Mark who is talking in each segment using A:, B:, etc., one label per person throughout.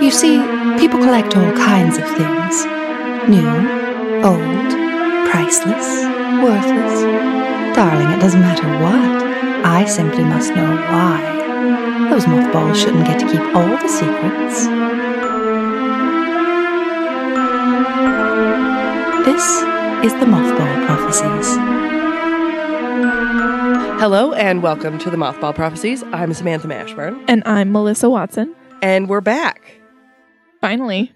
A: You see, people collect all kinds of things new, old, priceless, worthless. Darling, it doesn't matter what. I simply must know why. Those mothballs shouldn't get to keep all the secrets. This is the Mothball Prophecies.
B: Hello and welcome to the Mothball Prophecies. I'm Samantha Mashburn,
C: And I'm Melissa Watson.
B: and we're back.
C: Finally.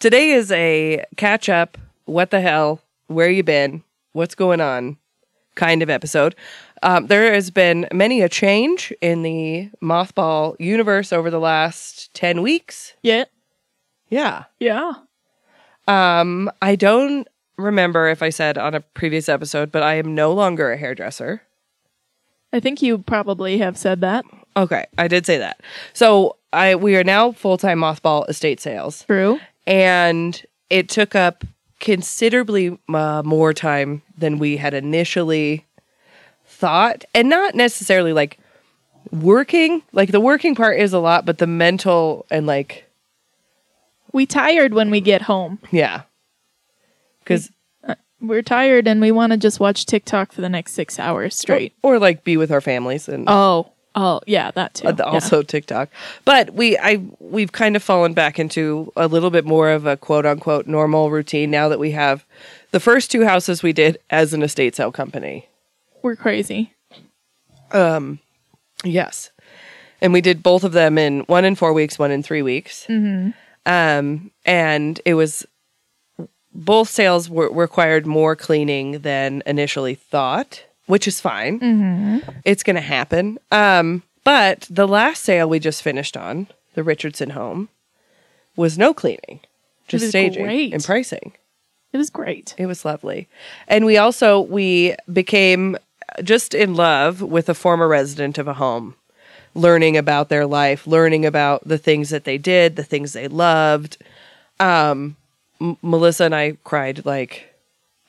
B: Today is a catch up, what the hell, where you been, what's going on kind of episode. Um, there has been many a change in the Mothball universe over the last 10 weeks.
C: yeah.
B: Yeah.
C: Yeah.
B: Um, I don't remember if I said on a previous episode, but I am no longer a hairdresser.
C: I think you probably have said that.
B: Okay, I did say that. So I we are now full time mothball estate sales.
C: True.
B: and it took up considerably uh, more time than we had initially thought and not necessarily like working like the working part is a lot but the mental and like
C: We tired when we get home.
B: yeah because
C: We're tired and we want to just watch TikTok for the next six hours straight.
B: or, like be with our families and
C: Oh. Oh, yeah, that too.
B: uh,
C: Yeah.
B: also tiktok but we i we've kind of fallen back into a little bit more of a quote unquote normal routine now that we have the first two houses we did as an estate sale company
C: We're crazy.
B: Um, yes, and we did both of them in one in four weeks, one in three weeks.
C: Mm-hmm.
B: Um, and it was both sales were, required more cleaning than initially thought, which is fine.
C: Mm-hmm.
B: It's going to happen. Um, but the last sale we just finished on the Richardson home was no cleaning, just
C: was
B: staging
C: great.
B: and pricing.
C: It was great.
B: It was lovely. And we also we became just in love with a former resident of a home, learning about their life, learning about the things that they did, the things they loved. Um M- Melissa and I cried like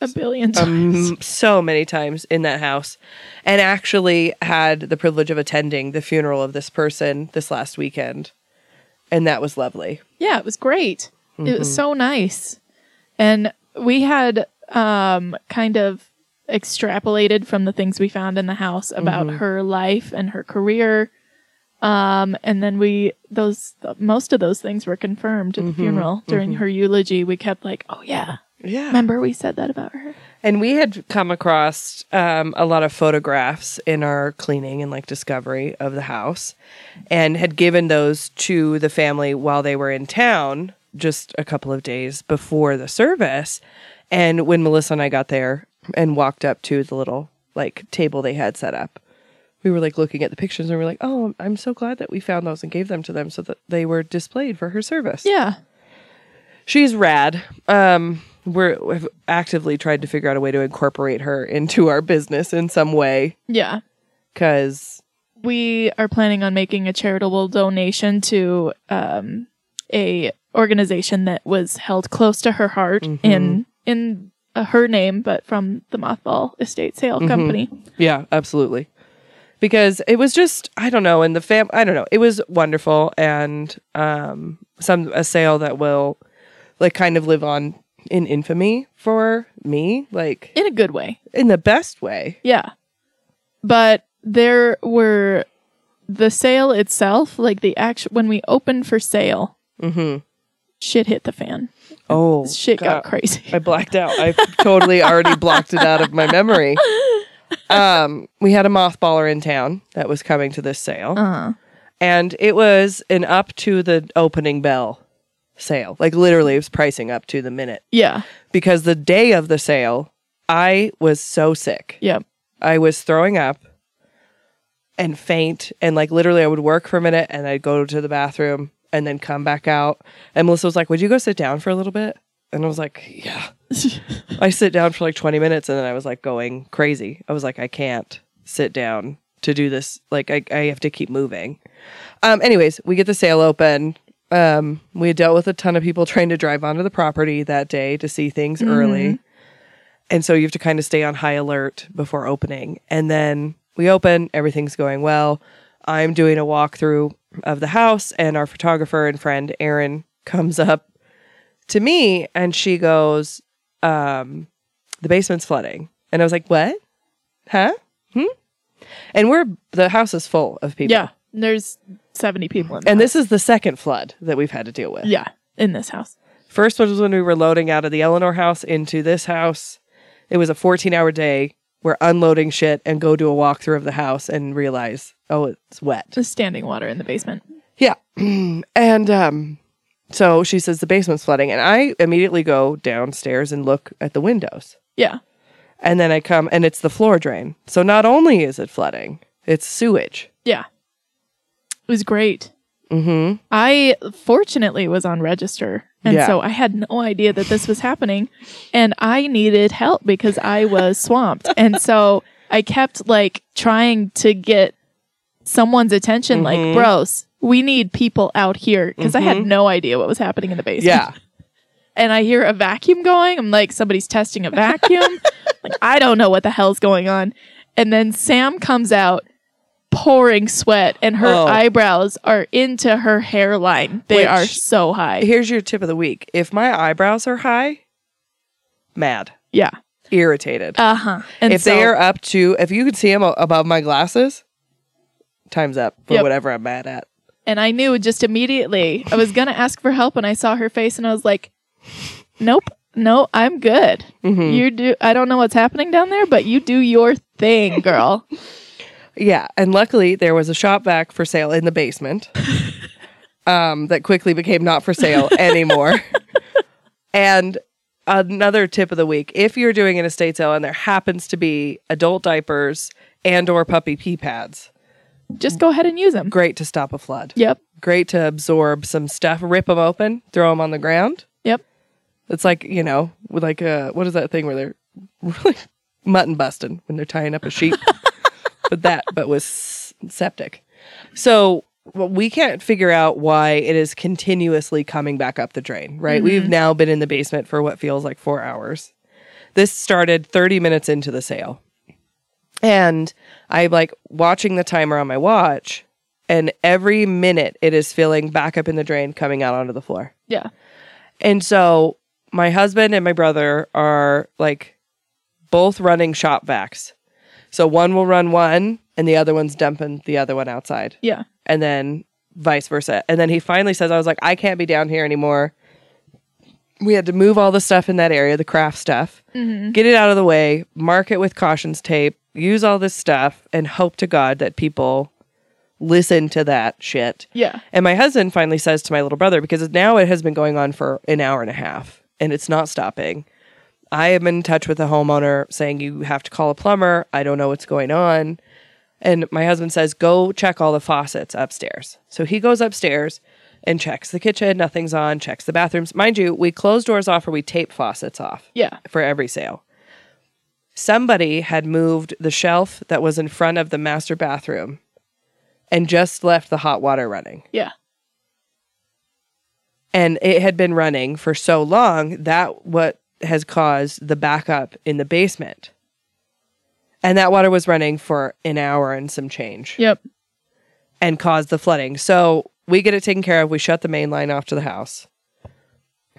C: A billion times.
B: um, so many times in that house and actually had the privilege of attending the funeral of this person this last weekend. And that was lovely.
C: Yeah, it was great. It was so nice. And we had um, kind of extrapolated from the things we found in the house about her life and her career. Um, and then we, those, most of those things were confirmed at the funeral during her eulogy. We kept like, oh yeah,
B: Yeah.
C: remember we said that about her?
B: And we had come across um, a lot of photographs in our cleaning and like discovery of the house and had given those to the family while they were in town just a couple of days before the service. And when Melissa and I got there and walked up to the little like table they had set up, we were like looking at the pictures and we were like, oh, I'm- I'm so glad that we found those and gave them to them so that they were displayed for her service
C: Yeah.
B: she's rad. Um, we're, we've actively tried to figure out a way to incorporate her into our business in some way
C: Yeah.
B: because
C: we are planning on making a charitable donation to um, a organization that was held close to her heart in in uh, her name, but from the Mothball Estate Sale Company.
B: yeah, absolutely. Because it was just I don't know, and the fam I don't know, it was wonderful and um, some a sale that will like kind of live on in infamy for me, like
C: In a good way,
B: in the best way.
C: yeah. But there were the sale itself, like the actual when we opened for sale,
B: hmm
C: shit hit the fan.
B: Oh,
C: Shit
B: God.
C: Mm-hmm. got crazy.
B: I blacked out. I totally already blocked it out of my memory. Um, we had a mothballer in town that was coming to this sale,
C: Uh,
B: and it was an up to the opening bell sale. Like literally, it was pricing up to the minute
C: yeah,
B: because the day of the sale, I was so sick.
C: yeah,
B: I was throwing up and faint, and like literally, I would work for a minute and I'd go to the bathroom and then come back out. And Melissa was like, "Would you go sit down for a little bit?" And I was like, "Yeah." I sit down for like 20 minutes and then I was like going crazy. I was like, I can't sit down to do this. Like, I, I have to keep moving. Um, anyways, we get the sale open. Um, we had dealt with a ton of people trying to drive onto the property that day to see things early. And so you have to kind of stay on high alert before opening. And then we open, everything's going well. I'm doing a walkthrough of the house, and our photographer and friend Erin comes up to me and she goes, um, "The basement's flooding," and I was like, "What? Huh? Hmm?" And we're the house is full of people.
C: Yeah. There's 70 people in
B: And
C: the
B: this is the second flood that we've had to deal with.
C: house. Yeah. In this house.
B: First one was when we were loading out of the Eleanor house into this house. It was a 14 hour day. We're unloading shit and go do a walkthrough of the house and realize, oh, it's wet.
C: Just standing water in the basement.
B: Yeah. and um, so she says the basement's flooding. And I immediately go downstairs and look at the windows.
C: Yeah.
B: And then I come and it's the floor drain. So not only is it flooding, it's sewage.
C: Yeah. It was great.
B: Mm hmm.
C: I fortunately was on register. And
B: Yeah.
C: so I had no idea that this was happening. And I needed help because I was swamped. And so I kept like trying to get someone's attention,
B: Mhm.
C: like, bros, we need people out here. because I had no idea what was happening in the basement.
B: Mm-hmm. Yeah.
C: and I hear a vacuum going. I'm like, somebody's testing a vacuum. like, I don't know what the hell's going on. And then Sam comes out pouring sweat, and her
B: Oh.
C: eyebrows are into her hairline. They
B: Which-
C: are so high.
B: Here's your tip of the week if my eyebrows are high, mad,
C: Yeah.
B: irritated.
C: Uh huh. And
B: Uh-huh. if
C: so,
B: they are up to, if you can see them above my glasses, time's up for
C: Yep.
B: whatever I'm mad at.
C: and I knew just immediately I was gonna ask for help, and I saw her face, and I was like, nope. No, I'm good.
B: Mhm.
C: You do. I don't know what's happening down there, but you do your thing, girl.
B: Yeah, and luckily there was a shop vac for sale in the basement um, that quickly became not for sale anymore. and another tip of the week: if you're doing an estate sale and there happens to be adult diapers and or puppy pee pads,
C: Just go ahead and use them.
B: great to stop a flood.
C: Yep.
B: Great to absorb some stuff. Rip them open, throw them on the ground.
C: Yep.
B: It's like you know, with like uh what is that thing where they're really mutton busting when they're tying up a sheep, but that but with s- septic. So well, we can't figure out why it is continuously coming back up the drain. Right? We've now been in the basement for what feels like four hours. This started 30 minutes into the sale, and I'm like watching the timer on my watch, and every minute it is filling back up in the drain, coming out onto the floor.
C: Yeah.
B: And so my husband and my brother are like both running shop vacs. So one will run one and the other one's dumping the other one outside
C: Yeah.
B: and then vice versa. And then he finally says, I was like, I can't be down here anymore. We had to move all the stuff in that area, the craft stuff, get it out of the way, mark it with cautions tape, use all this stuff, and hope to God that people listen to that shit.
C: Yeah.
B: And my husband finally says to my little brother, because now it has been going on for an hour and a half and it's not stopping. I am in touch with a homeowner saying you have to call a plumber. I don't know what's going on. And my husband says, go check all the faucets upstairs. So he goes upstairs and checks the kitchen. Nothing's on, checks the bathrooms. Mind you, we close doors off or we tape faucets off
C: Yeah.
B: for every sale. Somebody had moved the shelf that was in front of the master bathroom and just left the hot water running.
C: Yeah.
B: and it had been running for so long that what has caused the backup in the basement and that water was running for an hour and some change
C: Yep.
B: and caused the flooding so we get it taken care of we shut the main line off to the house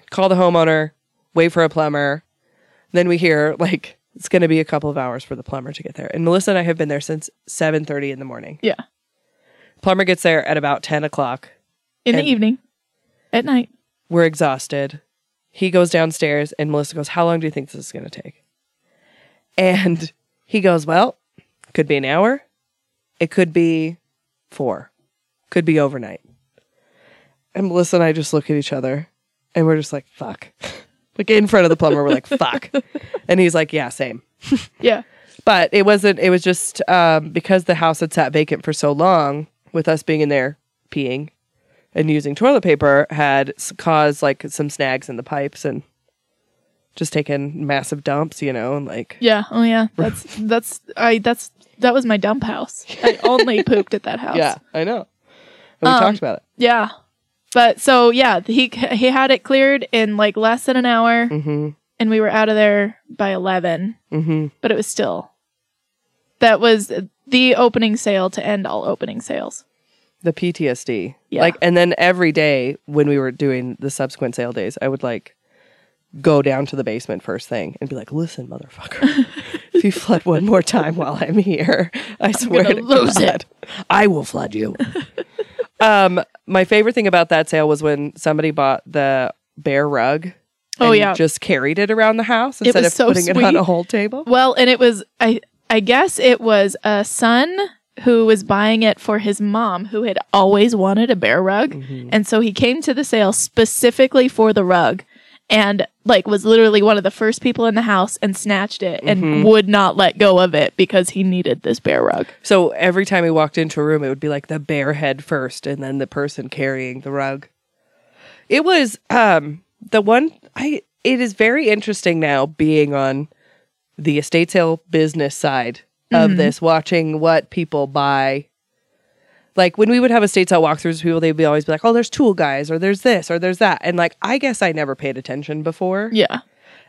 B: call the homeowner wait for a plumber then we hear like it's going to be a couple of hours for the plumber to get there and melissa and i have been there since 7.30 in the morning
C: Yeah.
B: plumber gets there at about 10 o'clock
C: In
B: And-
C: the evening. At night.
B: We're exhausted. He goes downstairs and Melissa goes, How long do you think this is going to take? And he goes, Well, could be an hour. It could be four. Could be overnight. And Melissa and I just look at each other and we're just like, Fuck. Like in front of the plumber, we're like, Fuck. And he's like, Yeah, same.
C: Yeah.
B: But it wasn't, it was just um, because the house had sat vacant for so long with us being in there peeing and using toilet paper had s- caused like some snags in the pipes and just taken massive dumps, you know, and like,
C: Yeah. Oh yeah. That's that's I that's that was my dump house. I only pooped at that house.
B: yeah, I know. And we
C: Um,
B: talked about it.
C: Yeah. But so yeah, he he had it cleared in like less than an hour
B: Mm-hmm.
C: and we were out of there by 11,
B: Mm-hmm.
C: but it was still That was the opening sale to end all opening sales.
B: the PTSD.
C: Yeah.
B: Like, and then every day when we were doing the subsequent sale days, I would like go down to the basement first thing and be like, "Listen, motherfucker, if you flood one more time while I'm here, I swear
C: gonna
B: to
C: lose
B: God, I will flood you." um, my favorite thing about that sale was when somebody bought the bear rug.
C: Oh,
B: and
C: yeah.
B: just carried it around the house instead
C: was
B: of
C: so
B: putting it on
C: sweet.
B: a whole table.
C: Well, and it was I I guess it was a son who was buying it for his mom who had always wanted a bear rug. And so he came to the sale specifically for the rug and like was literally one of the first people in the house and snatched it and would not let go of it because he needed this bear rug.
B: So every time we walked into a room, it would be like the bear head first, and then the person carrying the rug. It was um, the one I. It is very interesting now being on the estate sale business side of this, watching what people buy. Like when we would have estate sale walkthroughs, with people they'd be always be like, "Oh, there's tool guys, or there's this, or there's that," and like I guess I never paid attention before,
C: Yeah.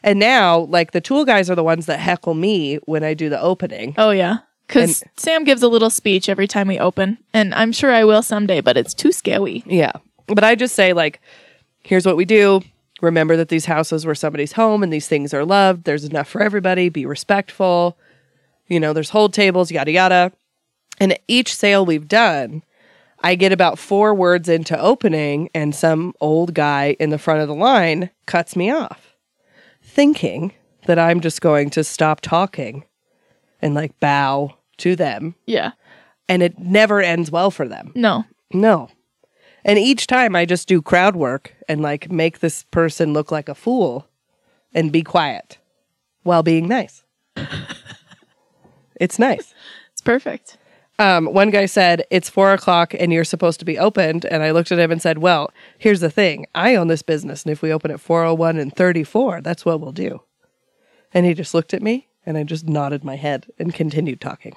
B: and now like the tool guys are the ones that heckle me when I do the opening.
C: Oh yeah. Cuz Sam gives a little speech every time we open and I'm sure I will someday but it's too scary.
B: Yeah. But I just say, like, here's what we do. Remember that these houses were somebody's home and these things are loved. There's enough for everybody. Be respectful. You know, there's hold tables, yada, yada. And each sale we've done, I get about four words into opening, and some old guy in the front of the line cuts me off, thinking that I'm just going to stop talking and like bow to them.
C: Yeah.
B: And it never ends well for them.
C: No.
B: No. And each time I just do crowd work and like make this person look like a fool and be quiet while being nice. it's nice.
C: It's perfect.
B: Um, one guy said, It's four o'clock and you're supposed to be opened. And I looked at him and said, Well, here's the thing I own this business. And if we open at 401 and 34, that's what we'll do. And he just looked at me and I just nodded my head and continued talking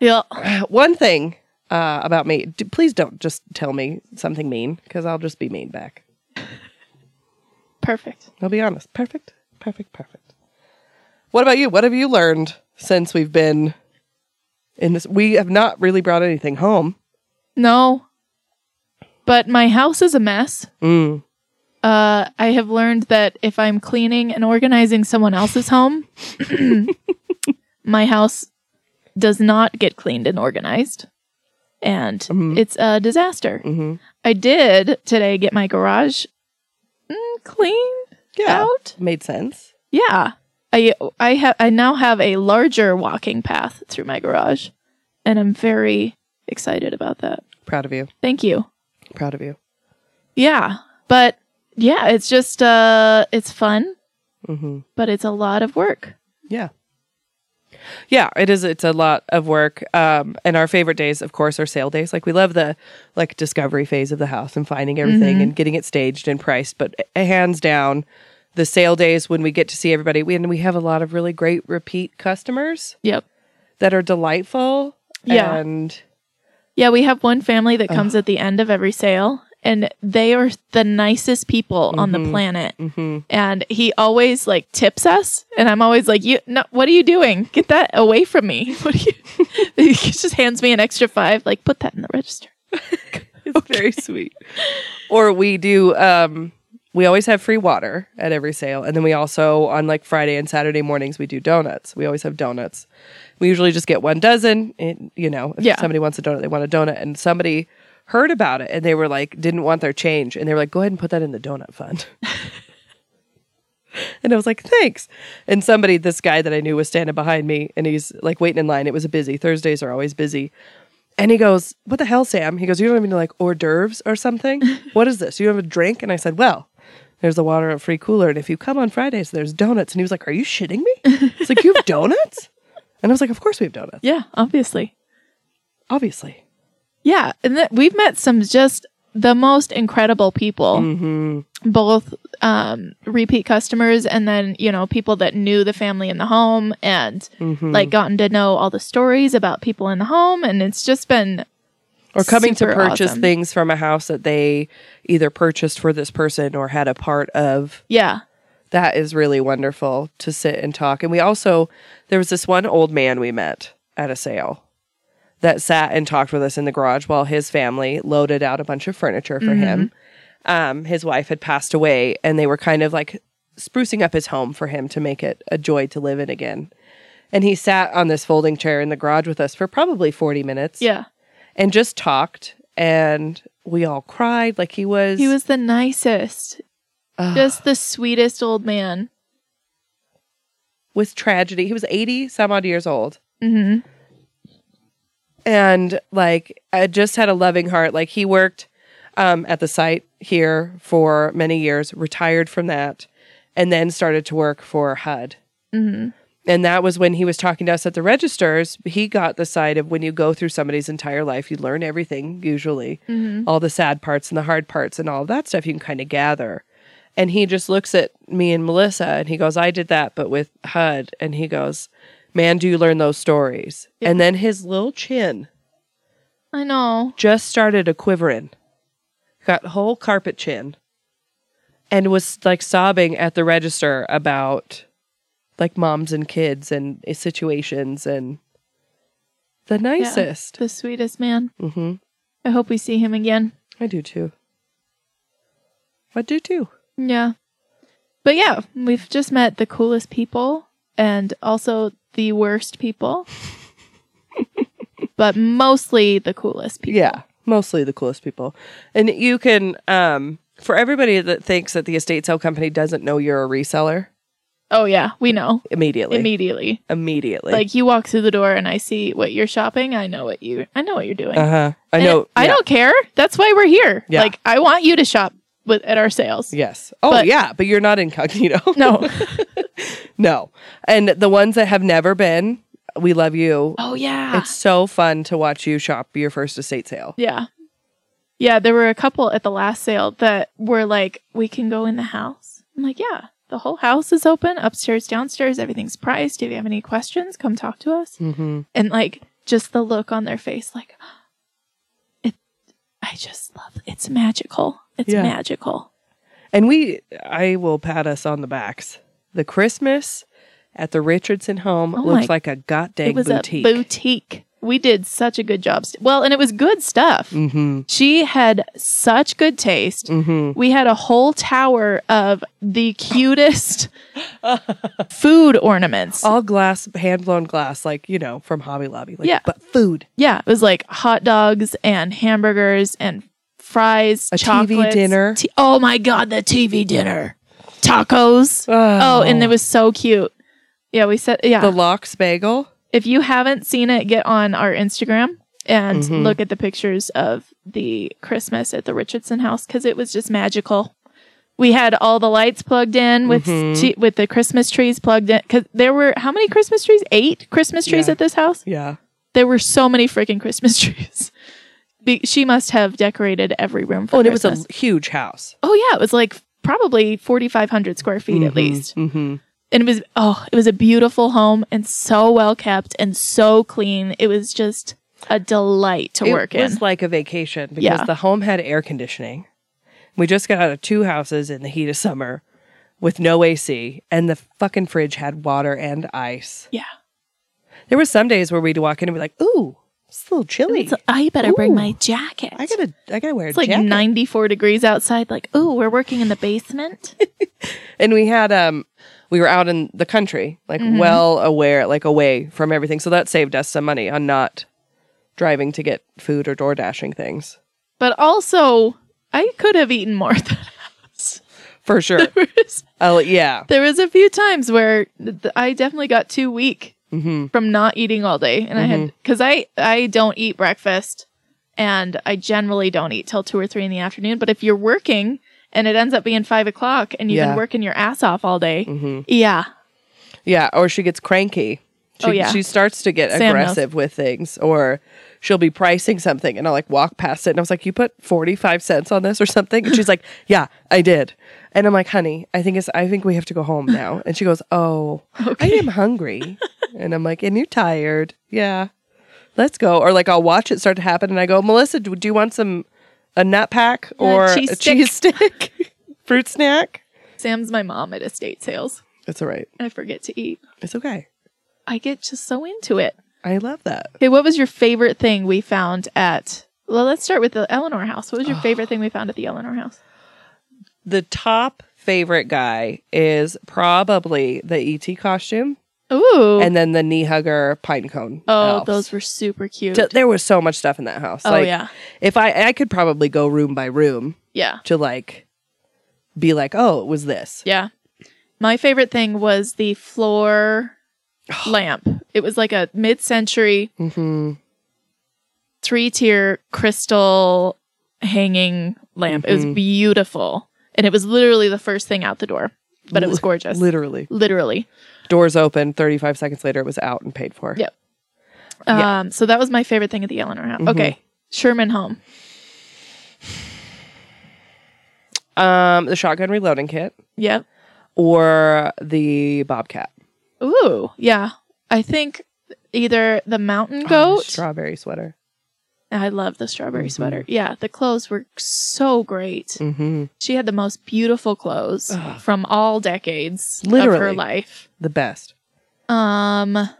C: Yeah.
B: one thing uh, about me, d- please don't just tell me something mean because I'll just be mean back.
C: Perfect.
B: I'll be honest. Perfect, perfect, perfect. What about you? What have you learned since we've been in this? We have not really brought anything home.
C: No. But my house is a mess.
B: Mm.
C: Uh, I have learned that if I'm cleaning and organizing someone else's home, my house does not get cleaned and organized. And
B: Mhm.
C: it's a disaster.
B: hmm
C: I did today get my garage mm, cleaned
B: Yeah,
C: out.
B: made sense.
C: Yeah. I I have I now have a larger walking path through my garage and I'm very excited about that.
B: Proud of you.
C: Thank you.
B: Proud of you.
C: Yeah. But yeah, it's just uh it's fun,
B: hmm
C: but it's a lot of work.
B: Yeah. Yeah, it is. It's a lot of work. Um, and our favorite days, of course, are sale days. Like we love the like discovery phase of the house and finding everything and getting it staged and priced. But uh, hands down, the sale days when we get to see everybody, we, and we have a lot of really great repeat customers
C: Yep.
B: that are delightful.
C: Yeah.
B: and
C: Yeah, we have one family that comes at the end of every sale and they are the nicest people on the planet.
B: mhm.
C: And he always like tips us and I'm always like, "You no, what are you doing? Get that away from me." What are you He just hands me an extra 5 like, "Put that in the register."
B: it's very sweet. Or we do. Um, we always have free water at every sale, and then we also on like Friday and Saturday mornings we do donuts. We always have donuts. We usually just get one dozen. And you know, if
C: Yeah.
B: somebody wants a donut, they want a donut, and somebody heard about it and they were like didn't want their change and they were like go ahead and put that in the donut fund and i was like thanks and somebody this guy that i knew was standing behind me and he's like waiting in line it was a busy thursdays are always busy and he goes, What the hell, Sam? He goes, You don't have any like hors d'oeuvres or something? What is this? You have a drink? And I said, Well, there's the water at free cooler. And if you come on Fridays, there's donuts. And he was like, Are you shitting me? It's like, You have donuts? And I was like, Of course we have donuts.
C: Yeah, obviously.
B: Obviously.
C: Yeah, and that we've met some just the most incredible people,
B: Mm-hmm.
C: both um, repeat customers and then you know people that knew the family in the home and
B: Mm-hmm.
C: like gotten to know all the stories about people in the home, and it's just been
B: Or coming to
C: Super
B: purchase
C: awesome.
B: things from a house that they either purchased for this person or had a part of.
C: yeah,
B: That is really wonderful to sit and talk. And we also, there was this one old man we met at a sale that sat and talked with us in the garage while his family loaded out a bunch of furniture for
C: Mm-hmm.
B: him. Um, his wife had passed away, and they were kind of like sprucing up his home for him to make it a joy to live in again. And he sat on this folding chair in the garage with us for probably 40 minutes
C: Yeah.
B: and just talked. And we all cried like he was.
C: He was the nicest,
B: Ugh.
C: just the sweetest old man.
B: with tragedy. He was 80 some odd years old.
C: hmm
B: and like I just had a loving heart. Like he worked um, at the site here for many years, retired from that, and then started to work for HUD.
C: hmm
B: And that was when he was talking to us at the registers. He got the side of when you go through somebody's entire life, you learn everything, usually,
C: Mhm.
B: all the sad parts and the hard parts and all that stuff you can kind of gather. And he just looks at me and Melissa and he goes, I did that, but with HUD. And he goes, Man, do you learn those stories?
C: Yeah.
B: And then his little chin
C: I know.
B: just started a quivering, got whole carpet chin, and was like sobbing at the register about like moms and kids and eh, situations and the nicest.
C: The sweetest man.
B: hmm
C: I hope we see him again.
B: I do too. I do too.
C: Yeah. But yeah, we've just met the coolest people and also the worst people. but mostly the coolest people.
B: Yeah, mostly the coolest people. And you can, um, for everybody that thinks that the estate sale company doesn't know you're a reseller,
C: Oh yeah, we know.
B: immediately,
C: Immediately.
B: immediately,
C: Like you walk through the door and I see what you're shopping, I know what you I know what you're doing.
B: uh huh. I
C: And
B: know.
C: I
B: yeah.
C: don't care. That's why we're here.
B: Yeah.
C: Like I want you to shop with at our sales.
B: Yes. Oh,
C: But-
B: yeah, but you're not incognito.
C: No.
B: no. And the ones that have never been, we love you.
C: oh yeah.
B: It's so fun to watch you shop your first estate sale.
C: Yeah. Yeah, there were a couple at the last sale that were like, we can go in the house. I'm like, yeah, the whole house is open, upstairs, downstairs, everything's priced. If you have any questions, come talk to us.
B: Mm-hmm.
C: And like, just the look on their face, like, it, I just love It's magical. It's
B: Yeah.
C: magical.
B: And we, I will pat us on the backs. The Christmas at the Richardson home
C: Oh
B: looks
C: my-
B: like a goddamn
C: it was
B: boutique.
C: a boutique. We did such a good job. St- well, and it was good stuff.
B: mm-hmm.
C: She had such good taste.
B: Mm-hmm.
C: We had a whole tower of the cutest food ornaments.
B: All glass, hand blown glass, like, you know, from Hobby Lobby. Like,
C: Yeah.
B: But food.
C: Yeah, it was like hot dogs and hamburgers and fries,
B: A TV
C: chocolates,
B: dinner.
C: T- oh my god, the TV dinner, tacos. Oh, and it was so cute. Yeah, we said yeah.
B: the Locks bagel.
C: if you haven't seen it, get on our Instagram and
B: Mhm.
C: look at the pictures of the Christmas at the Richardson house because it was just magical. We had all the lights plugged in with
B: Mhm.
C: t- with the Christmas trees plugged in because there were how many Christmas trees? Eight Christmas trees
B: Yeah.
C: at this house.
B: Yeah.
C: There were so many freaking Christmas trees. Be- she must have decorated every room for
B: Oh, and it was
C: Christmas.
B: a huge house.
C: oh yeah, it was like probably forty five hundred square feet at
B: Mhm,
C: least
B: mhm.
C: and it was oh it was a beautiful home and so well kept and so clean it was just a delight to work
B: It
C: in
B: was like a vacation because
C: Yeah.
B: the home had air conditioning. We just got out of two houses in the heat of summer with no AC, and the fucking fridge had water and ice.
C: Yeah.
B: There were some days where we'd walk in and be like, "Ooh, it's a little chilly.
C: It's- i better bring
B: Ooh.
C: my jacket
B: I gotta, I gotta wear a
C: it's like
B: jacket."
C: 94 degrees outside like oh we're working in the basement
B: and we had, um, we were out in the country, like
C: Mhm.
B: well aware, like away from everything, so that saved us some money on not driving to get food or door dashing things
C: but also i could have eaten more than house.
B: for sure.
C: there was,
B: Oh yeah,
C: there was a few times where th- th- i definitely got too weak
B: hmm
C: from not eating all day and i
B: Mm-hmm.
C: had because i i don't eat breakfast and i generally don't eat till two or three in the afternoon but if you're working and it ends up being five o'clock and you've
B: Yeah.
C: been working your ass off all day
B: hmm
C: yeah
B: Yeah, or she gets cranky. She,
C: Oh, yeah.
B: she starts to get
C: Sam knows.
B: aggressive with things, or she'll be pricing something, and I'll like walk past it, and I was like, "You put forty five cents on this or something?" And she's like, "Yeah, I did." And I'm like, "Honey, I think it's I think we have to go home now." And she goes, "Oh, I am hungry," and I'm like, "And you're tired? Yeah, let's go." Or like I'll watch it start to happen, and I go, "Melissa, do, do you want some a nut pack
C: Yeah,
B: or
C: cheese
B: a cheese stick, fruit snack?"
C: sam's my mom at estate sales
B: It's all right.
C: i forget to eat
B: It's okay.
C: i get just so into it
B: I love that.
C: Okay, what was your favorite thing we found at? Well, let's start with the Eleanor house. What was your favorite thing we found at the Eleanor house?
B: The top favorite guy is probably the ET costume
C: Ooh.
B: and then the knee hugger pine cone.
C: oh,
B: elves.
C: those were super cute.
B: So there was so much stuff in that house.
C: oh,
B: like,
C: yeah.
B: If I I could probably go room by room
C: Yeah.
B: to like be like, oh, it was this.
C: Yeah. My favorite thing was the floor lamp. It was like a mid century
B: hmm
C: three tier crystal hanging lamp. It
B: Mhm.
C: was beautiful. And it was literally the first thing out the door, but it was
B: Li-
C: gorgeous.
B: Literally,
C: literally.
B: doors open. Thirty five seconds later, it was out and paid for.
C: Yeah.
B: Yeah.
C: Um, so that was my favorite thing at the Eleanor house.
B: Mhm.
C: Okay. Sherman home.
B: Um, the shotgun reloading kit
C: Yep.
B: or the bobcat
C: Ooh. Yeah. I think either the mountain
B: Oh, the
C: goat.
B: strawberry sweater.
C: I love the strawberry
B: Mhm.
C: sweater. Yeah. The clothes were so great.
B: hmm
C: She had the most beautiful clothes
B: Ugh.
C: from all decades of her
B: Literally.
C: life.
B: The best.
C: Um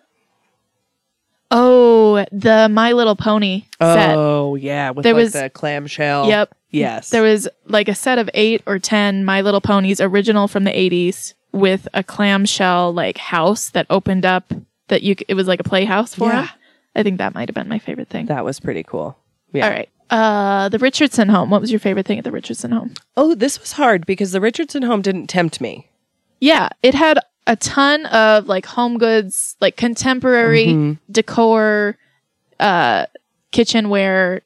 C: Oh, the My Little Pony set.
B: Oh yeah, with
C: There
B: like
C: was-
B: the clamshell.
C: Yep.
B: Yes.
C: There was like a set of 8 or 10 My Little Ponies original from the 80s with a clamshell like house that opened up that you c- it was like a playhouse for
B: Yeah.
C: him. I think that might have been my favorite thing.
B: that was pretty cool. Yeah.
C: All right. Uh the Richardson home. What was your favorite thing at the Richardson home?
B: Oh, this was hard because the Richardson home didn't tempt me.
C: Yeah, it had a ton of like home goods, like contemporary
B: Mhm.
C: decor, uh, kitchenware,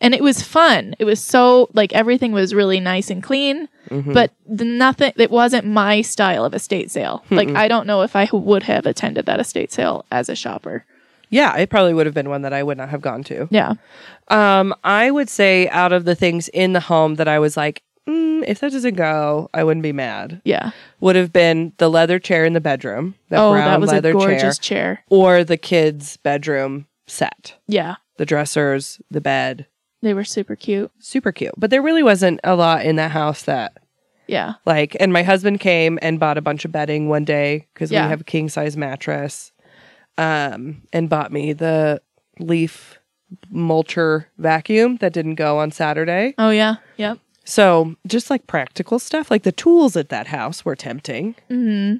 C: and it was fun. It was so like everything was really nice and clean,
B: Mhm.
C: but the nothing. It wasn't my style of estate sale. Like I don't know if I would have attended that estate sale as a shopper.
B: Yeah, it probably would have been one that I would not have gone to.
C: Yeah,
B: Um, I would say out of the things in the home that I was like, mm, if that doesn't go, I wouldn't be mad.
C: yeah.
B: Would have been the leather chair in the bedroom, the
C: oh,
B: brown
C: that was a
B: leather chair,
C: gorgeous chair.
B: or the kids' bedroom set,
C: Yeah,
B: the dressers, the bed,
C: they were super cute.
B: super cute. But there really wasn't a lot in that house that
C: Yeah,
B: like. And my husband came and bought a bunch of bedding one day because
C: Yeah.
B: we have a king size mattress, um, and bought me the leaf mulcher vacuum that didn't go on Saturday.
C: oh yeah, yep.
B: So, just like practical stuff, like the tools at that house were tempting.
C: hmm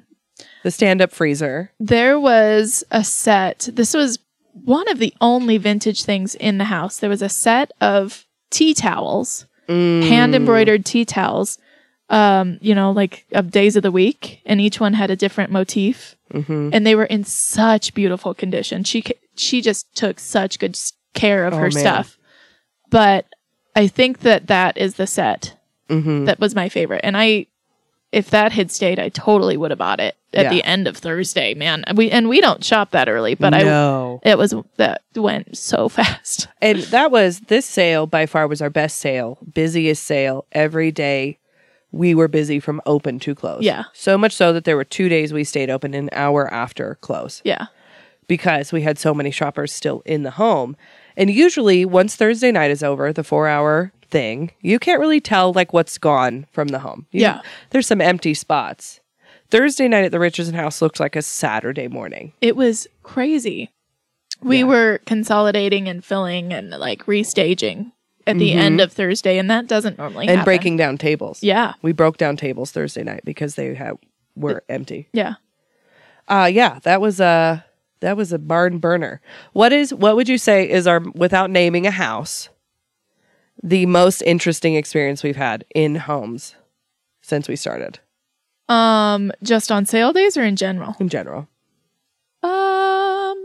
B: The stand up freezer.
C: there was a set. This was one of the only vintage things in the house. There was a set of tea towels,
B: Mm.
C: hand embroidered tea towels, um, you know, like of days of the week, and each one had a different motif,
B: Mm-hmm.
C: and they were in such beautiful condition. She ca- she just took such good s- care of
B: Oh,
C: her
B: man.
C: stuff. But I think that that is the set
B: Mm-hmm.
C: that was my favorite. And I, if that had stayed, I totally would have bought it at
B: Yeah.
C: the end of Thursday, man. We and we don't shop that early, but
B: no.
C: I it was that went so fast.
B: and that was this sale by far was our best sale, busiest sale every day. We were busy from open to close.
C: Yeah.
B: So much so that there were two days we stayed open an hour after close
C: Yeah,
B: because we had so many shoppers still in the home. And usually, once Thursday night is over, the four hour thing, you can't really tell like what's gone from the home. You-
C: Yeah.
B: There's some empty spots. Thursday night at the Richardson house looked like a Saturday morning.
C: it was crazy. We
B: Yeah.
C: were consolidating and filling and like restaging at the
B: Mhm.
C: end of Thursday, and that doesn't normally
B: and
C: happen.
B: breaking down tables.
C: Yeah,
B: We broke down tables Thursday night because they had were empty.
C: yeah.
B: Uh yeah, that was a that was a barn burner. What is what would you say is our without naming a house the most interesting experience we've had in homes since we started
C: Um, just on sale days or in general?
B: in general?
C: Um,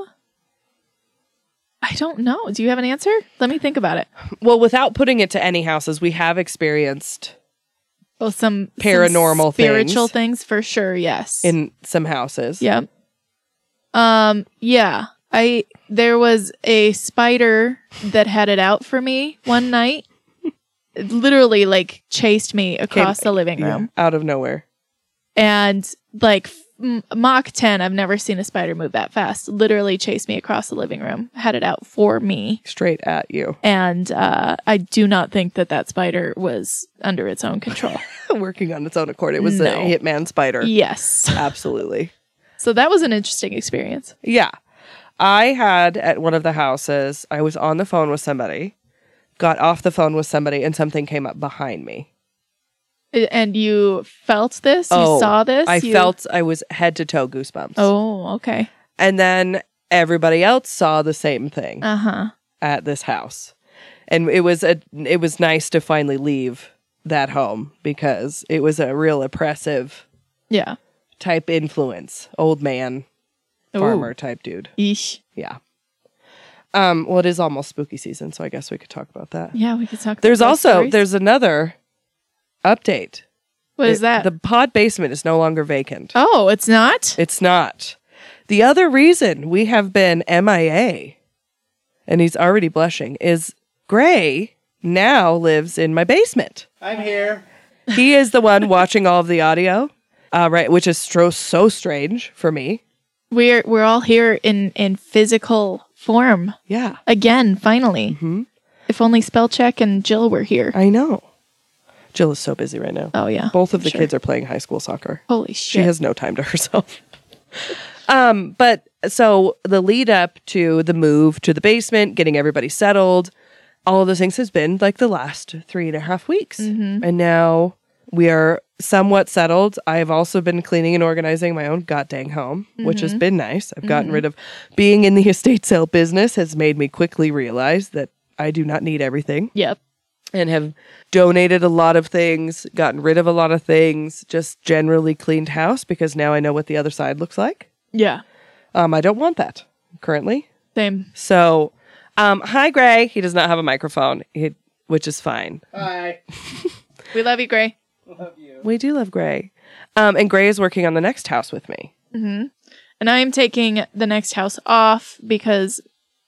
C: I don't know. Do you have an answer? Let me think about it.
B: Well, without putting it to any houses, we have experienced
C: Well, some some
B: Paranormal
C: spiritual things. for sure. Yes.
B: in some houses.
C: yeah. Um. Yeah. I there was a spider that had it out for me one night. It literally like chased me across the living
B: Yeah,
C: room
B: out of nowhere.
C: and like f- m- Mach 10 I've never seen a spider move that fast literally chased me across the living room had it out for me
B: Straight at you.
C: and uh, I do not think that that spider was under its own control
B: Working on its own accord. It was
C: No.
B: a hitman spider.
C: yes
B: Absolutely.
C: so that was an interesting experience
B: Yeah. I had at one of the houses, I was on the phone with somebody, got off the phone with somebody, and something came up behind me.
C: And you felt this? You saw this?
B: Oh, I
C: You-
B: felt I was head to toe goosebumps.
C: Oh, okay.
B: And then everybody else saw the same thing
C: Uh huh.
B: at this house. And it was a it was nice to finally leave that home because it was a real oppressive
C: Yeah.
B: type influence. Old man,
C: Ooh.
B: farmer type dude.
C: Eesh.
B: Yeah. Um, well it is almost spooky season, so I guess we could talk about that.
C: Yeah, we could talk. about
B: There's
C: those
B: also
C: stories.
B: there's another update.
C: what is
B: It-
C: that?
B: The pod basement is no longer vacant.
C: oh, it's not.
B: It's not. The other reason we have been MIA, and he's already blushing, is Gray now lives in my basement.
D: I'm here.
B: He is the one watching all of the audio, uh, right? Which is stro- so strange for me.
C: We're we're all here in in physical form
B: Yeah,
C: again. Finally. If only spell check and Jill were here.
B: Mm-hmm. I know. Jill is so busy right now.
C: oh yeah.
B: Both of the
C: Sure.
B: kids are playing high school soccer.
C: Holy
B: She
C: shit.
B: has no time to herself. um, but so the lead up to the move to the basement, getting everybody settled, all of those things has been like the last three and a half weeks. And now we are somewhat settled. I've also been cleaning and organizing my own goddamn home, which has been nice. I've gotten rid of being in the estate sale business has made me quickly realize that I do not need everything
C: Yep.
B: and have donated a lot of things, gotten rid of a lot of things, just generally cleaned house because now I know what the other side looks like.
C: Yeah.
B: Um, I don't want that currently.
C: Same.
B: So, um, hi, Gray. He does not have a microphone, he, which is fine.
D: Hi.
C: We love you, Gray.
D: Love you.
B: We do love Gray. Um, and Gray is working on the next house with me.
C: And I am taking the next house off because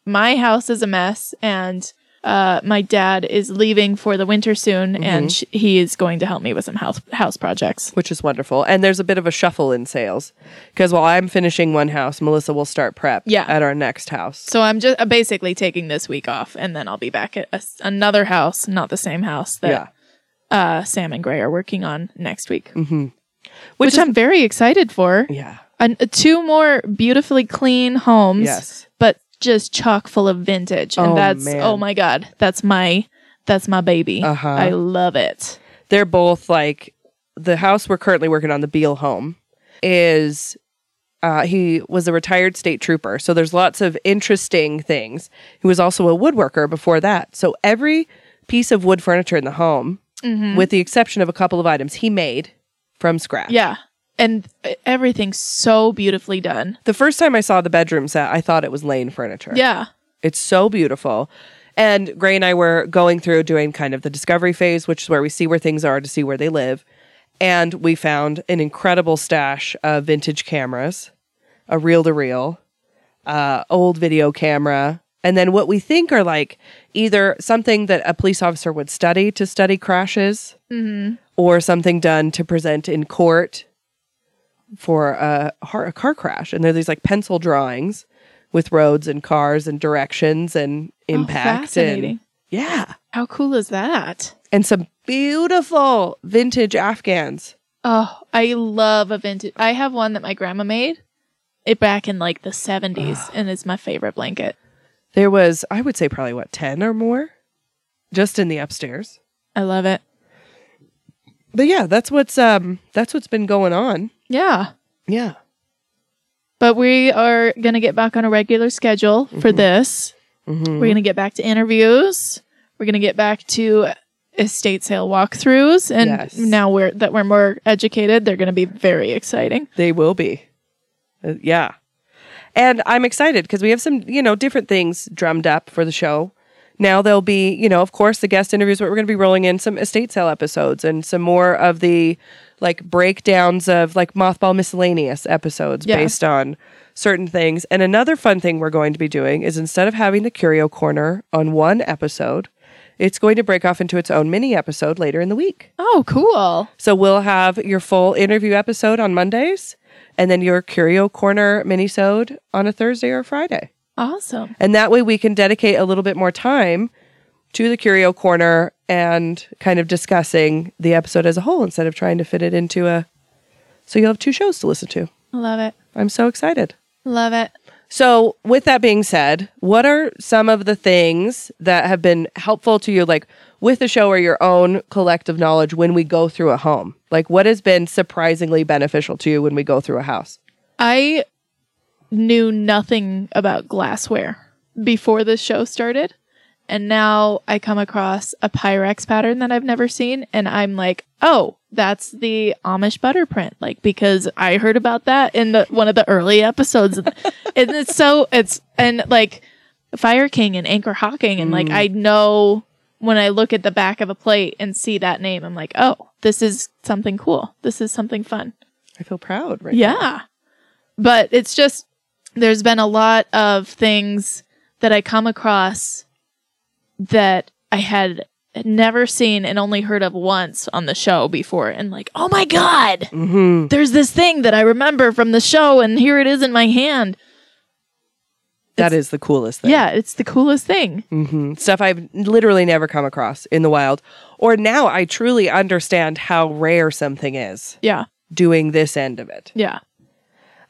C: my house is a mess and uh, my dad is leaving for the winter soon
B: Mm-hmm.
C: and sh- he is going to help me with some house house projects.
B: which is wonderful. And there's a bit of a shuffle in sales because while I'm finishing one house, Melissa will start prep
C: Yeah.
B: at our next house.
C: So I'm just uh, basically taking this week off and then I'll be back at a s another house, not the same house that uh, Sam and Gray are working on next week, which,
B: Which, is-
C: I'm very excited for.
B: Mm-hmm. yeah.
C: An, uh, two more beautifully clean homes,
B: Yes.
C: but just chock full of vintage, and
B: Oh,
C: that's
B: man.
C: oh my god, that's my that's my baby.
B: Uh-huh.
C: I love it.
B: they're both like the house we're currently working on, the Beale home, is uh, he was a retired state trooper. So there's lots of interesting things. He was also a woodworker before that. So every piece of wood furniture in the home,
C: Mm-hmm.
B: with the exception of a couple of items, he made from scratch.
C: Yeah, and uh, everything's so beautifully done.
B: The first time I saw the bedroom set, I thought it was Lane furniture.
C: Yeah,
B: It's so beautiful. And Gray and I were going through doing kind of the discovery phase, which is where we see where things are to see where they live. And we found an incredible stash of vintage cameras, a reel to reel, uh, old video camera, and then what we think are like either something that a police officer would study to study crashes or something done to present in court for a, har- a car crash. And they're these like pencil drawings with roads and cars and directions and impact.
C: Oh, fascinating.
B: And, yeah.
C: how cool is that?
B: And some beautiful vintage Afghans.
C: Oh, I love a vintage. I have one that my grandma made it back in like the 70s and it's my favorite blanket.
B: There was, I would say, probably what, 10 or more just in the upstairs.
C: I love it.
B: But yeah, that's what's um that's what's been going on.
C: Yeah.
B: Yeah.
C: But we are going to get back on a regular schedule
B: Mm-hmm.
C: for this. We're going to get back to interviews. We're going to get back to estate sale walkthroughs and
B: Yes.
C: now we're that we're more educated, they're going to be very exciting.
B: They will be. Uh, yeah. And I'm excited because we have some, you know, different things drummed up for the show. Now there'll be, you know, of course, the guest interviews, but we're going to be rolling in some estate sale episodes and some more of the like breakdowns of like mothball miscellaneous episodes
C: Yeah.
B: based on certain things. And another fun thing we're going to be doing is instead of having the curio corner on one episode, it's going to break off into its own mini episode later in the week.
C: Oh, cool.
B: So we'll have your full interview episode on Mondays and then your Curio Corner minisode on a Thursday or Friday.
C: Awesome.
B: And that way we can dedicate a little bit more time to the Curio Corner and kind of discussing the episode as a whole instead of trying to fit it into a so you'll have two shows to listen to.
C: Love it.
B: I'm so excited.
C: Love it.
B: So, with that being said, what are some of the things that have been helpful to you, like with the show or your own collective knowledge when we go through a home? Like, what has been surprisingly beneficial to you when we go through a house?
C: I knew nothing about glassware before this show started. And now I come across a Pyrex pattern that I've never seen. And I'm like, oh, that's the Amish butter print. Like, because I heard about that in the, one of the early episodes. and it's so, it's, and like Fire King and Anchor Hawking. And like, I know when I look at the back of a plate and see that name, I'm like, oh, this is something cool. This is something fun.
B: I feel proud, right?
C: Yeah. But it's just, there's been a lot of things that I come across that I had never seen and only heard of once on the show before. And like, oh my God,
B: Mm-hmm.
C: there's this thing that I remember from the show, and here it is in my hand.
B: That is the coolest thing.
C: Yeah, it's the coolest thing.
B: hmm Stuff I've literally never come across in the wild. Or now I truly understand how rare something is
C: Yeah,
B: doing this end of it.
C: yeah.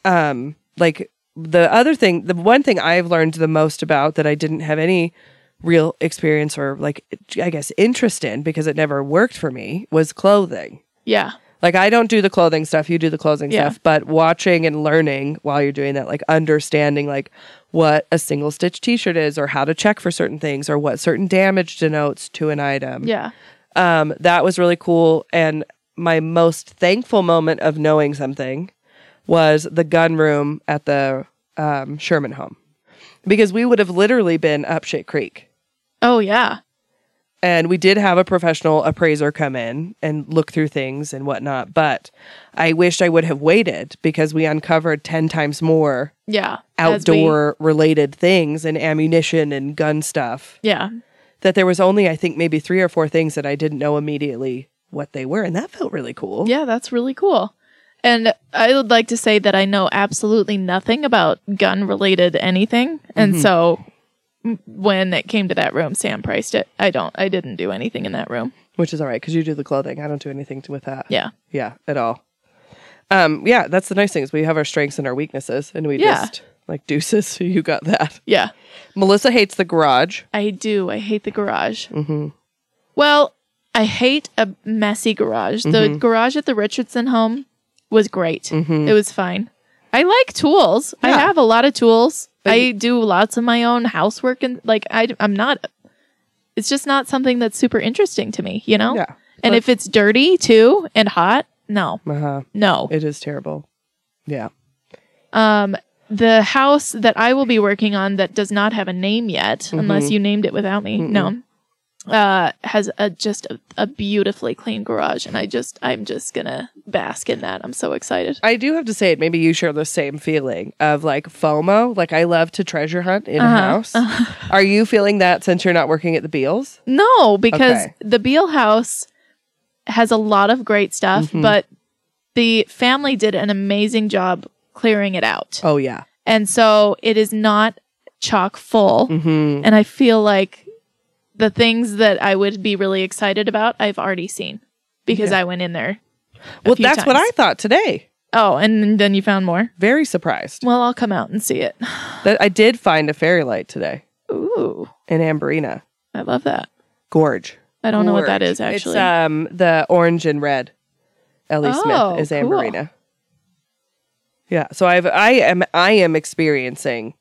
B: um like the other thing the one thing i've learned the most about that i didn't have any real experience or like i guess interest in because it never worked for me was clothing
C: Yeah.
B: like i don't do the clothing stuff you do the clothing
C: Yeah.
B: stuff but watching and learning while you're doing that like understanding like what a single stitch t-shirt is or how to check for certain things or what certain damage denotes to an item
C: Yeah.
B: um, that was really cool. And my most thankful moment of knowing something was the gun room at the um, Sherman home because we would have literally been up shit creek.
C: Oh, yeah.
B: And we did have a professional appraiser come in and look through things and whatnot. But I wished I would have waited because we uncovered 10 times more
C: Yeah. As we-
B: outdoor related things and ammunition and gun stuff
C: yeah.
B: that there was only I think maybe three or four things that I didn't know immediately what they were, and that felt really cool.
C: Yeah, that's really cool. And I would like to say that I know absolutely nothing about gun related anything. And so m- when it came to that room, Sam priced it. I don't, I didn't do anything in that room.
B: which is all right because you do the clothing. I don't do anything to, with that.
C: Yeah.
B: yeah, at all. Um, yeah, that's the nice thing is we have our strengths and our weaknesses, and we
C: Yeah.
B: just like deuces. So you got that.
C: Yeah.
B: Melissa hates the garage.
C: I do. I hate the garage.
B: Mhm.
C: Well, I hate a messy garage. The garage at the Richardson home was great.
B: Mm-hmm.
C: It was fine. I like tools. I
B: Yeah.
C: have a lot of tools.
B: But
C: I do lots of my own housework and like I, I'm not. It's just not something that's super interesting to me, you know.
B: Yeah.
C: And if it's dirty too and hot, no,
B: Uh huh.
C: no.
B: It is terrible. Yeah.
C: Um, the house that I will be working on that does not have a name yet,
B: Mm-hmm.
C: unless you named it without me. No. Uh, has a just a, a beautifully clean garage, and I just I'm just gonna bask in that. I'm so excited.
B: I do have to say it. Maybe you share the same feeling of like FOMO. Like I love to treasure hunt in a
C: Uh-huh.
B: house. Are you feeling that since you're not working at the Beals?
C: No, because
B: Okay.
C: the Beale House has a lot of great stuff,
B: Mm-hmm.
C: but the family did an amazing job clearing it out,
B: Oh yeah.
C: and so it is not chock full.
B: Mm-hmm.
C: and I feel like the things that I would be really excited about, I've already seen because I went in there.
B: Well,
C: few
B: that's what I
C: times.
B: thought today.
C: Oh, and then you found more.
B: Very surprised
C: Well, I'll come out and see it.
B: that I did find a fairy light today
C: Ooh,
B: in Amberina
C: I love that.
B: Gorge.
C: I don't know what that
B: Gorge.
C: is actually.
B: It's um the orange and red. Ellie
C: Oh,
B: Smith is
C: cool.
B: Amberina. Yeah, so I've I am I am experiencing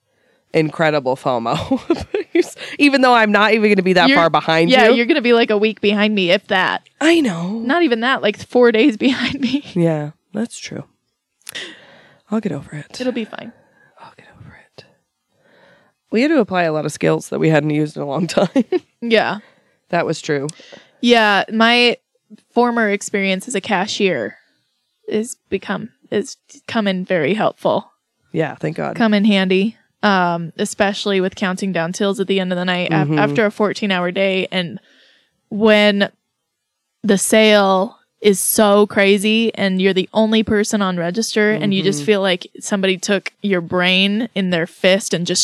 B: incredible FOMO, even though I'm not even going to be that
C: You're-
B: far behind
C: yeah,
B: you.
C: are gonna be like a week behind me, if that.
B: I know.
C: Not even that, like four days behind me.
B: Yeah, that's true. I'll get over it.
C: It'll be fine.
B: I'll get over it. We had to apply a lot of skills that we hadn't used in a long time.
C: Yeah,
B: that was true.
C: yeah. My former experience as a cashier is become is come in very helpful.
B: Yeah, thank God.
C: come in handy um especially with counting down tills at the end of the night af-
B: Mhm.
C: after a 14 hour day and when the sale is so crazy and you're the only person on register and you
B: Mm-hmm.
C: just feel like somebody took your brain in their fist and just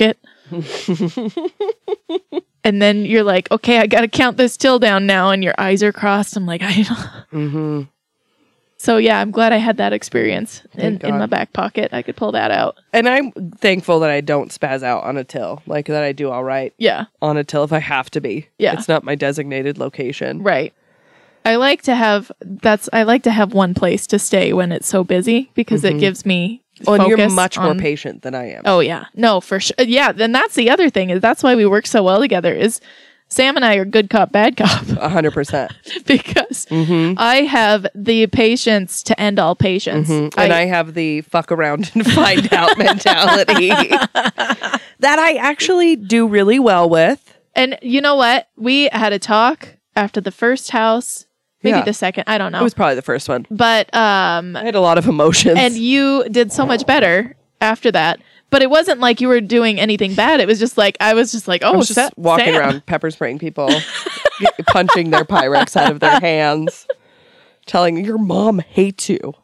C: it and then you're like
B: Mm-hmm.
C: okay i gotta count this till down now and your eyes are crossed i'm like i don't
B: hmm
C: So yeah, I'm glad I had that experience in,
B: Thank
C: in my
B: God.
C: back pocket. I could pull that out.
B: And I'm thankful that I don't spaz out on a till, like that I do all right
C: Yeah,
B: on a till if I have to be.
C: Yeah.
B: It's not my designated location.
C: right. I like to have that's I like to have one place to stay when it's so busy because it gives me
B: Oh, and you're
C: focus
B: much more
C: on-
B: patient than I am.
C: Oh yeah. No, for sure. Yeah, then that's the other thing is that's why we work so well together is Sam and I are good cop bad cop
B: A 100%.
C: because
B: Mm-hmm.
C: I have the patience to end all patience.
B: Mm-hmm. and I, have the fuck around and find out mentality that I actually do really well with.
C: And you know what? We had a talk after the first house, maybe
B: Yeah.
C: the second, I don't know.
B: It was probably the first one.
C: but um
B: I had a lot of emotions.
C: and you did so much better after that. But it wasn't like you were doing anything bad. It was just like I was just like, "Oh,
B: I was just
C: Sa-
B: walking
C: Sam.
B: around pepper spraying people, punching their Pyrex out of their hands, telling your mom hates you,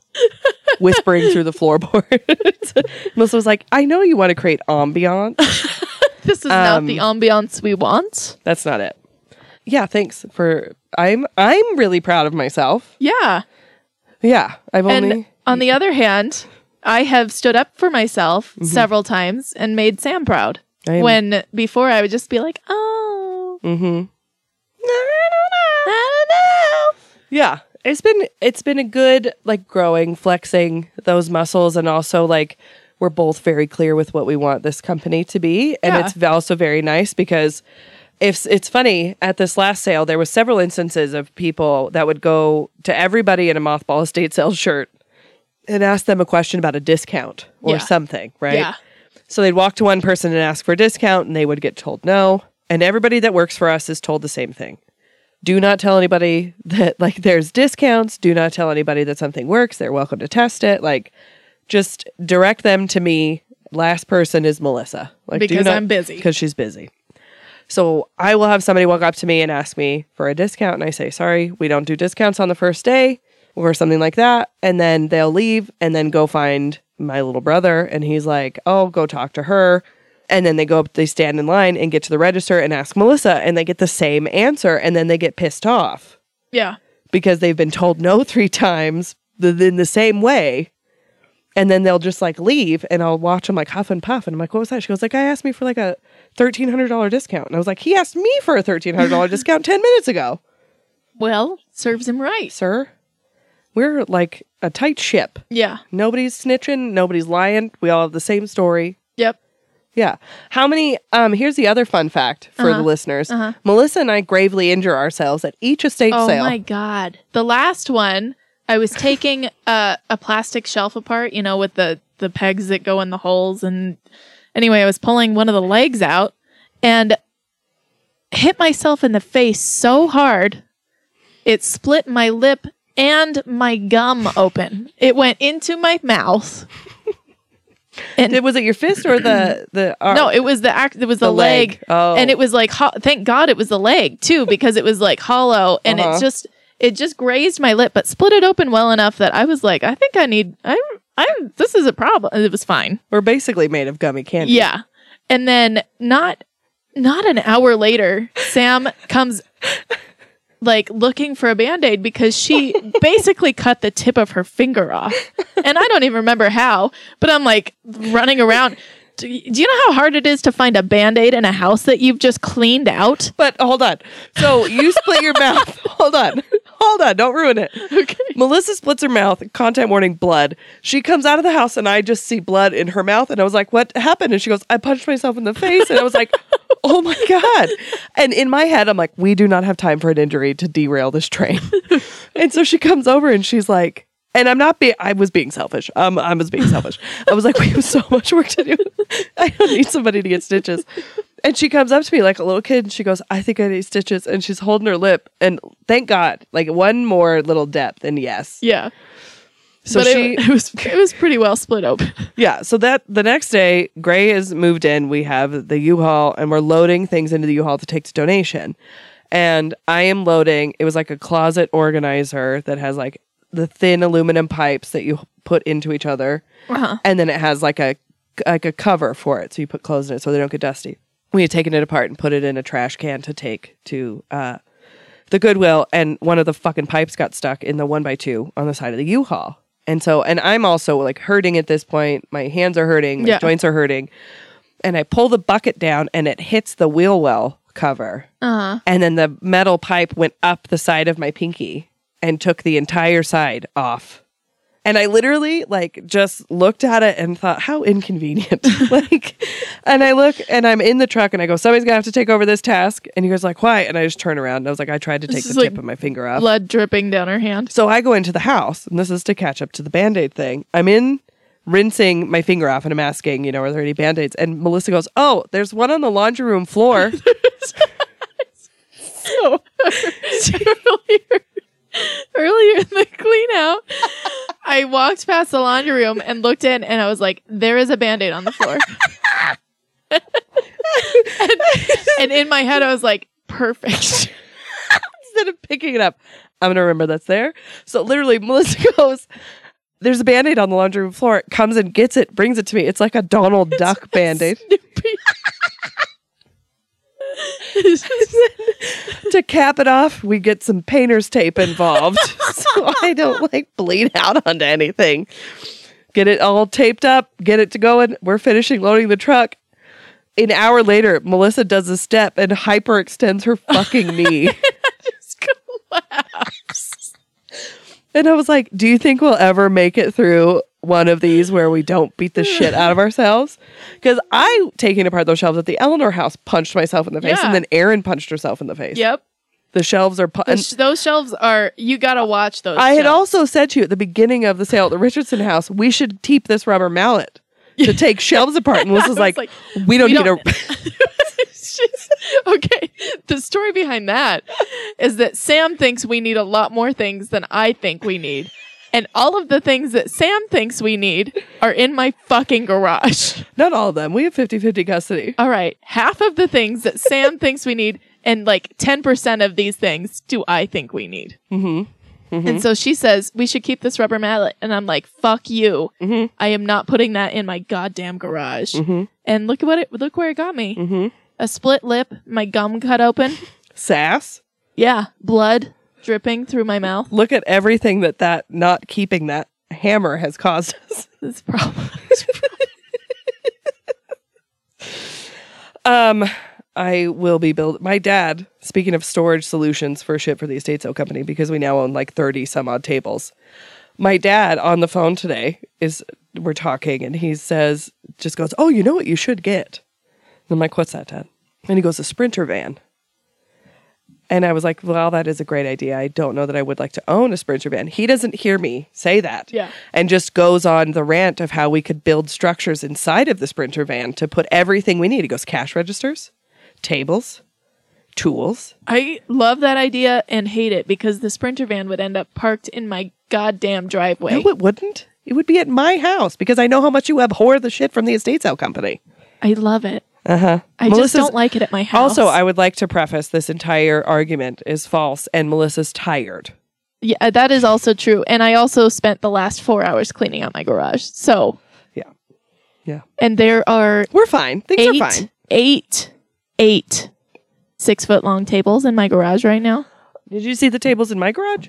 B: whispering through the floorboards. Melissa was like, I know you want to create ambiance.
C: This is not the
B: Um,
C: ambiance we want."
B: That's not it. Yeah, thanks for I'm I'm really proud of myself.
C: Yeah.
B: Yeah. I've only
C: And on the other hand, I have stood up for myself several times and made Sam proud.
B: Mm-hmm. I am- Mm-hmm.
C: When before I would just be like, "Oh, I don't know."
B: Yeah. It's been it's been a good like growing, flexing those muscles and also like we're both very clear with what we want this company to be and
C: Yeah.
B: it's also very nice because if it's funny at this last sale there was several instances of people that would go to everybody in a mothball estate sales shirt and ask them a question about a discount or
C: Yeah.
B: something, right?
C: Yeah.
B: So they'd walk to one person and ask for a discount, and they would get told no. And everybody that works for us is told the same thing. Do not tell anybody that like there's discounts. Do not tell anybody that something works. They're welcome to test it. Like just direct them to me. Last person is Melissa. Like do
C: Because
B: not-
C: I'm busy.
B: Because she's busy. So I will have somebody walk up to me and ask me for a discount, and I say, "Sorry, we don't do discounts on the first day," or something like that. And then they'll leave, and then go find my little brother, and he's like, "Oh, go talk to her." And then they go up, they stand in line and get to the register and ask Melissa, and they get the same answer, and then they get pissed off
C: Yeah.
B: because they've been told no three times th- in the same way. And then they'll just like leave, and I'll watch them like huff and puff. And I'm like, what was that? She goes, like, I asked me for like a $1,300 discount. And I was like, he asked me for a $1,300 discount 10 minutes ago,
C: Well, serves him right.
B: sir. We're like a tight ship.
C: Yeah.
B: Nobody's snitching, nobody's lying. We all have the same story.
C: Yep.
B: Yeah. How many? Um, here's the other fun fact for
C: Uh-huh.
B: the listeners Melissa and I gravely injure ourselves at each estate
C: Oh
B: sale.
C: my god. The last one, I was taking a a plastic shelf apart, you know, with the the pegs that go in the holes and anyway, I was pulling one of the legs out and hit myself in the face so hard it split my lip and my gum open. It went into my mouth.
B: Did- was it your fist or the the arm?
C: No, it was the act. It was the,
B: Oh. The
C: leg,
B: leg. Oh.
C: and it was like. Ho- thank God it was the leg too, because it was like hollow, and
B: Uh-huh.
C: it just it just grazed my lip, but split it open well enough that I was like, I think I need. I'm. I'm. This is a problem. And It was fine.
B: We're basically made of gummy candy.
C: Yeah, and then not not an hour later, Sam comes. Like looking for a band aid because she basically cut the tip of her finger off. And I don't even remember how, but I'm like running around. Do y- do you know how hard it is to find a band aid in a house that you've just cleaned out?
B: But hold on. So you split your mouth. Hold on. Hold on. Don't ruin it.
C: Okay.
B: Melissa splits her mouth. Content warning blood. She comes out of the house and I just see blood in her mouth. And I was like, what happened? And she goes, I punched myself in the face. And I was like, oh my God. And in my head, I'm like, we do not have time for an injury to derail this train. and so she comes over and she's like, and I'm not being, I was being selfish. Um, I was being selfish. I was like, we have so much work to do. I don't need somebody to get stitches. And she comes up to me like a little kid and she goes, I think I need stitches. And she's holding her lip. And thank God, like one more little depth. And yes.
C: Yeah.
B: So
C: but
B: she,
C: it, it was it was pretty well split open.
B: yeah. So that the next day, Gray is moved in. We have the U-Haul, and we're loading things into the U-Haul to take to donation. And I am loading. It was like a closet organizer that has like the thin aluminum pipes that you put into each other, and then it has like a like a cover for it, so you put clothes in it so they don't get dusty. We had taken it apart and put it in a trash can to take to uh, the Goodwill, and one of the fucking pipes got stuck in the one by two on the side of the U-Haul. And so, and I'm also like hurting at this point. My hands are hurting. My
C: Yeah.
B: joints are hurting. And I pull the bucket down, and it hits the wheel well cover.
C: Uh,
B: And then the metal pipe went up the side of my pinky and took the entire side off. And I literally like just looked at it and thought, how inconvenient. like, and I look and I'm in the truck and I go, somebody's gonna have to take over this task. And you guys like, why? And I just turn around and I was like, I tried to take
C: This
B: the
C: is
B: tip
C: like
B: of my finger off.
C: blood dripping down her hand.
B: So I go into the house, and this is to catch up to the band aid thing. I'm in rinsing my finger off and I'm asking, you know, are there any band aids? And Melissa goes, Oh, there's one on the laundry room floor.
C: So earlier, earlier in the clean out, I walked past the laundry room and looked in, and I was like, "There is a band-aid on the floor." and, and in my head, I was like, "Perfect."
B: Instead of picking it up, I'm going to remember that's there. So literally, Melissa goes, There's a band aid on the laundry room floor, comes and gets it, brings it to me. It's like a Donald Duck band aid. to cap it off, we get some painter's tape involved so I don't like bleed out onto anything. Get it all taped up, get it to going. We're finishing loading the truck. An hour later, Melissa does a step and hyperextends her fucking knee. And I was like, do you think we'll ever make it through one of these where we don't beat the shit out of ourselves? Because I, taking apart those shelves at the Eleanor house, punched myself in the face.
C: Yeah.
B: And then Erin punched herself in the face.
C: yep.
B: The shelves are. Pu- and
C: Those- those shelves are. You gotta watch those.
B: I had
C: shelves.
B: also said to you at the beginning of the sale at the Richardson house, we should teep this rubber mallet to take shelves apart. And Melissa's
C: was
B: like,
C: like,
B: we don't
C: we
B: need
C: don't-
B: a.
C: It's just- okay. The story behind that is that Sam thinks we need a lot more things than I think we need. And all of the things that Sam thinks we need are in my fucking garage.
B: Not all of them. We have 50 50 custody.
C: All right. Half of the things that Sam thinks we need and like 10% of these things do I think we need. And so she says, we should keep this rubber mallet. And I'm like, fuck you. I am not putting that in my goddamn garage. And look at what it, look where it got me. A split lip, my gum cut open.
B: Sass.
C: Yeah, blood dripping through my mouth.
B: Look at everything that that not keeping that hammer has caused us.
C: This problem.
B: Um, I will be build my dad. Speaking of storage solutions for shit for the estate sale company, because we now own like thirty some odd tables. My dad on the phone today is we're talking, and he says just goes, "Oh, you know what you should get." And I'm like, "What's that, Dad?" And he goes, "A sprinter van." And I was like, "Well, that is a great idea. I don't know that I would like to own a sprinter van." He doesn't hear me say that,
C: Yeah.
B: and just goes on the rant of how we could build structures inside of the sprinter van to put everything we need. He goes, "Cash registers." tables, tools.
C: I love that idea and hate it because the sprinter van would end up parked in my goddamn driveway.
B: No, it wouldn't. It would be at my house because I know how much you abhor the shit from the estate sale company.
C: I love it.
B: Uh huh.
C: I just don't like it at my house.
B: Also, I would like to preface this entire argument is false, and Melissa's tired.
C: yeah, that is also true. And I also spent the last four hours cleaning out my garage. So
B: Yeah, yeah.
C: and there are
B: We're fine. Things
C: eight,
B: are fine.
C: eight, eight six foot long tables in my garage right now.
B: Did you see the tables in my garage?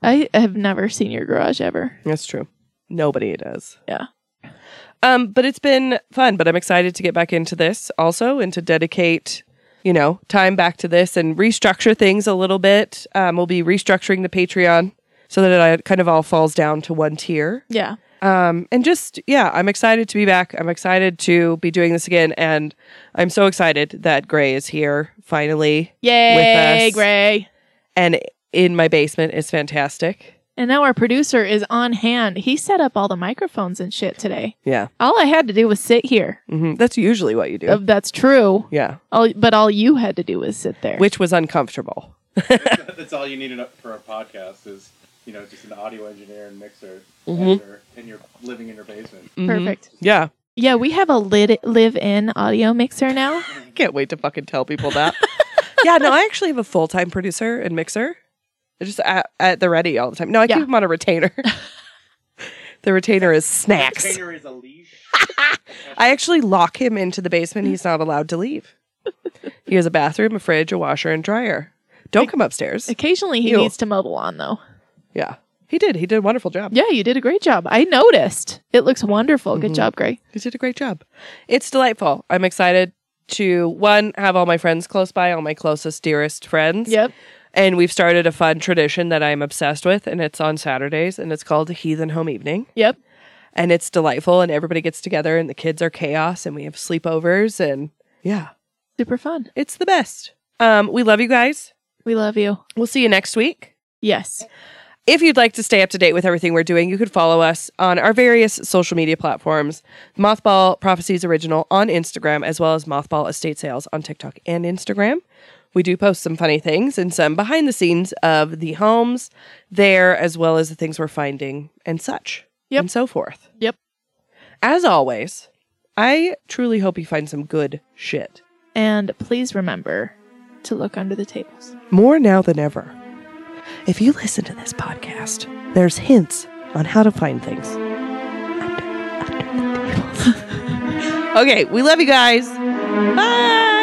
C: I have never seen your garage ever.
B: That's true. Nobody does.
C: Yeah.
B: Um, but it's been fun. But I'm excited to get back into this also and to dedicate, you know, time back to this and restructure things a little bit. Um, we'll be restructuring the Patreon so that it kind of all falls down to one tier.
C: Yeah.
B: Um, and just yeah, I'm excited to be back. I'm excited to be doing this again, and I'm so excited that Gray is here finally.
C: Yay,
B: us.
C: Gray.
B: And in my basement is fantastic.
C: And now our producer is on hand. He set up all the microphones and shit today.
B: Yeah,
C: All I had to do was sit here.
B: hmm that's usually what you do.
C: Uh, That's true.
B: yeah,
C: All, but all you had to do was sit there.
B: which was uncomfortable.
D: That's all you need in a- for a podcast is, you know, just an audio engineer and mixer, editor, and you're living in your basement.
B: Mhm.
C: Perfect.
B: Yeah,
C: Yeah, we have a lid, live in audio mixer now.
B: Can't wait to fucking tell people that. yeah, no, I actually have a full time producer and mixer. They're just at, at the ready all the time. No, I
C: Yeah.
B: keep them on a retainer. the retainer is snacks.
D: Container is a leash.
B: I actually lock him into the basement. He's not allowed to leave. He has a bathroom, a fridge, a washer, and dryer. Don't come upstairs.
C: Occasionally he
B: Ew.
C: needs to mow the lawn though.
B: Yeah. He did. He did a wonderful job.
C: Yeah, you did a great job. I noticed. It looks wonderful. Good job, Gray.
B: You did a great job. It's delightful. I'm excited to one have all my friends close by, all my closest dearest friends.
C: Yep.
B: And we've started a fun tradition that I'm obsessed with and it's on Saturdays and it's called Heathen Home Evening
C: Yep.
B: and it's delightful and everybody gets together and the kids are chaos and we have sleepovers and yeah,
C: Super fun.
B: it's the best. Um we love you guys.
C: We love you.
B: We'll see you next week.
C: Yes.
B: If you'd like to stay up to date with everything we're doing, you could follow us on our various social media platforms Mothball Prophecies Original on Instagram, as well as Mothball Estate Sales on TikTok and Instagram. We do post some funny things and some behind the scenes of the homes there, as well as the things we're finding and such
C: Yep.
B: and so forth.
C: Yep.
B: As always, I truly hope you find some good shit.
C: And please remember to look under the tables.
B: more now than ever. If you listen to this podcast, there's hints on how to find things. Under, under the tables. okay, we love you guys. Bye.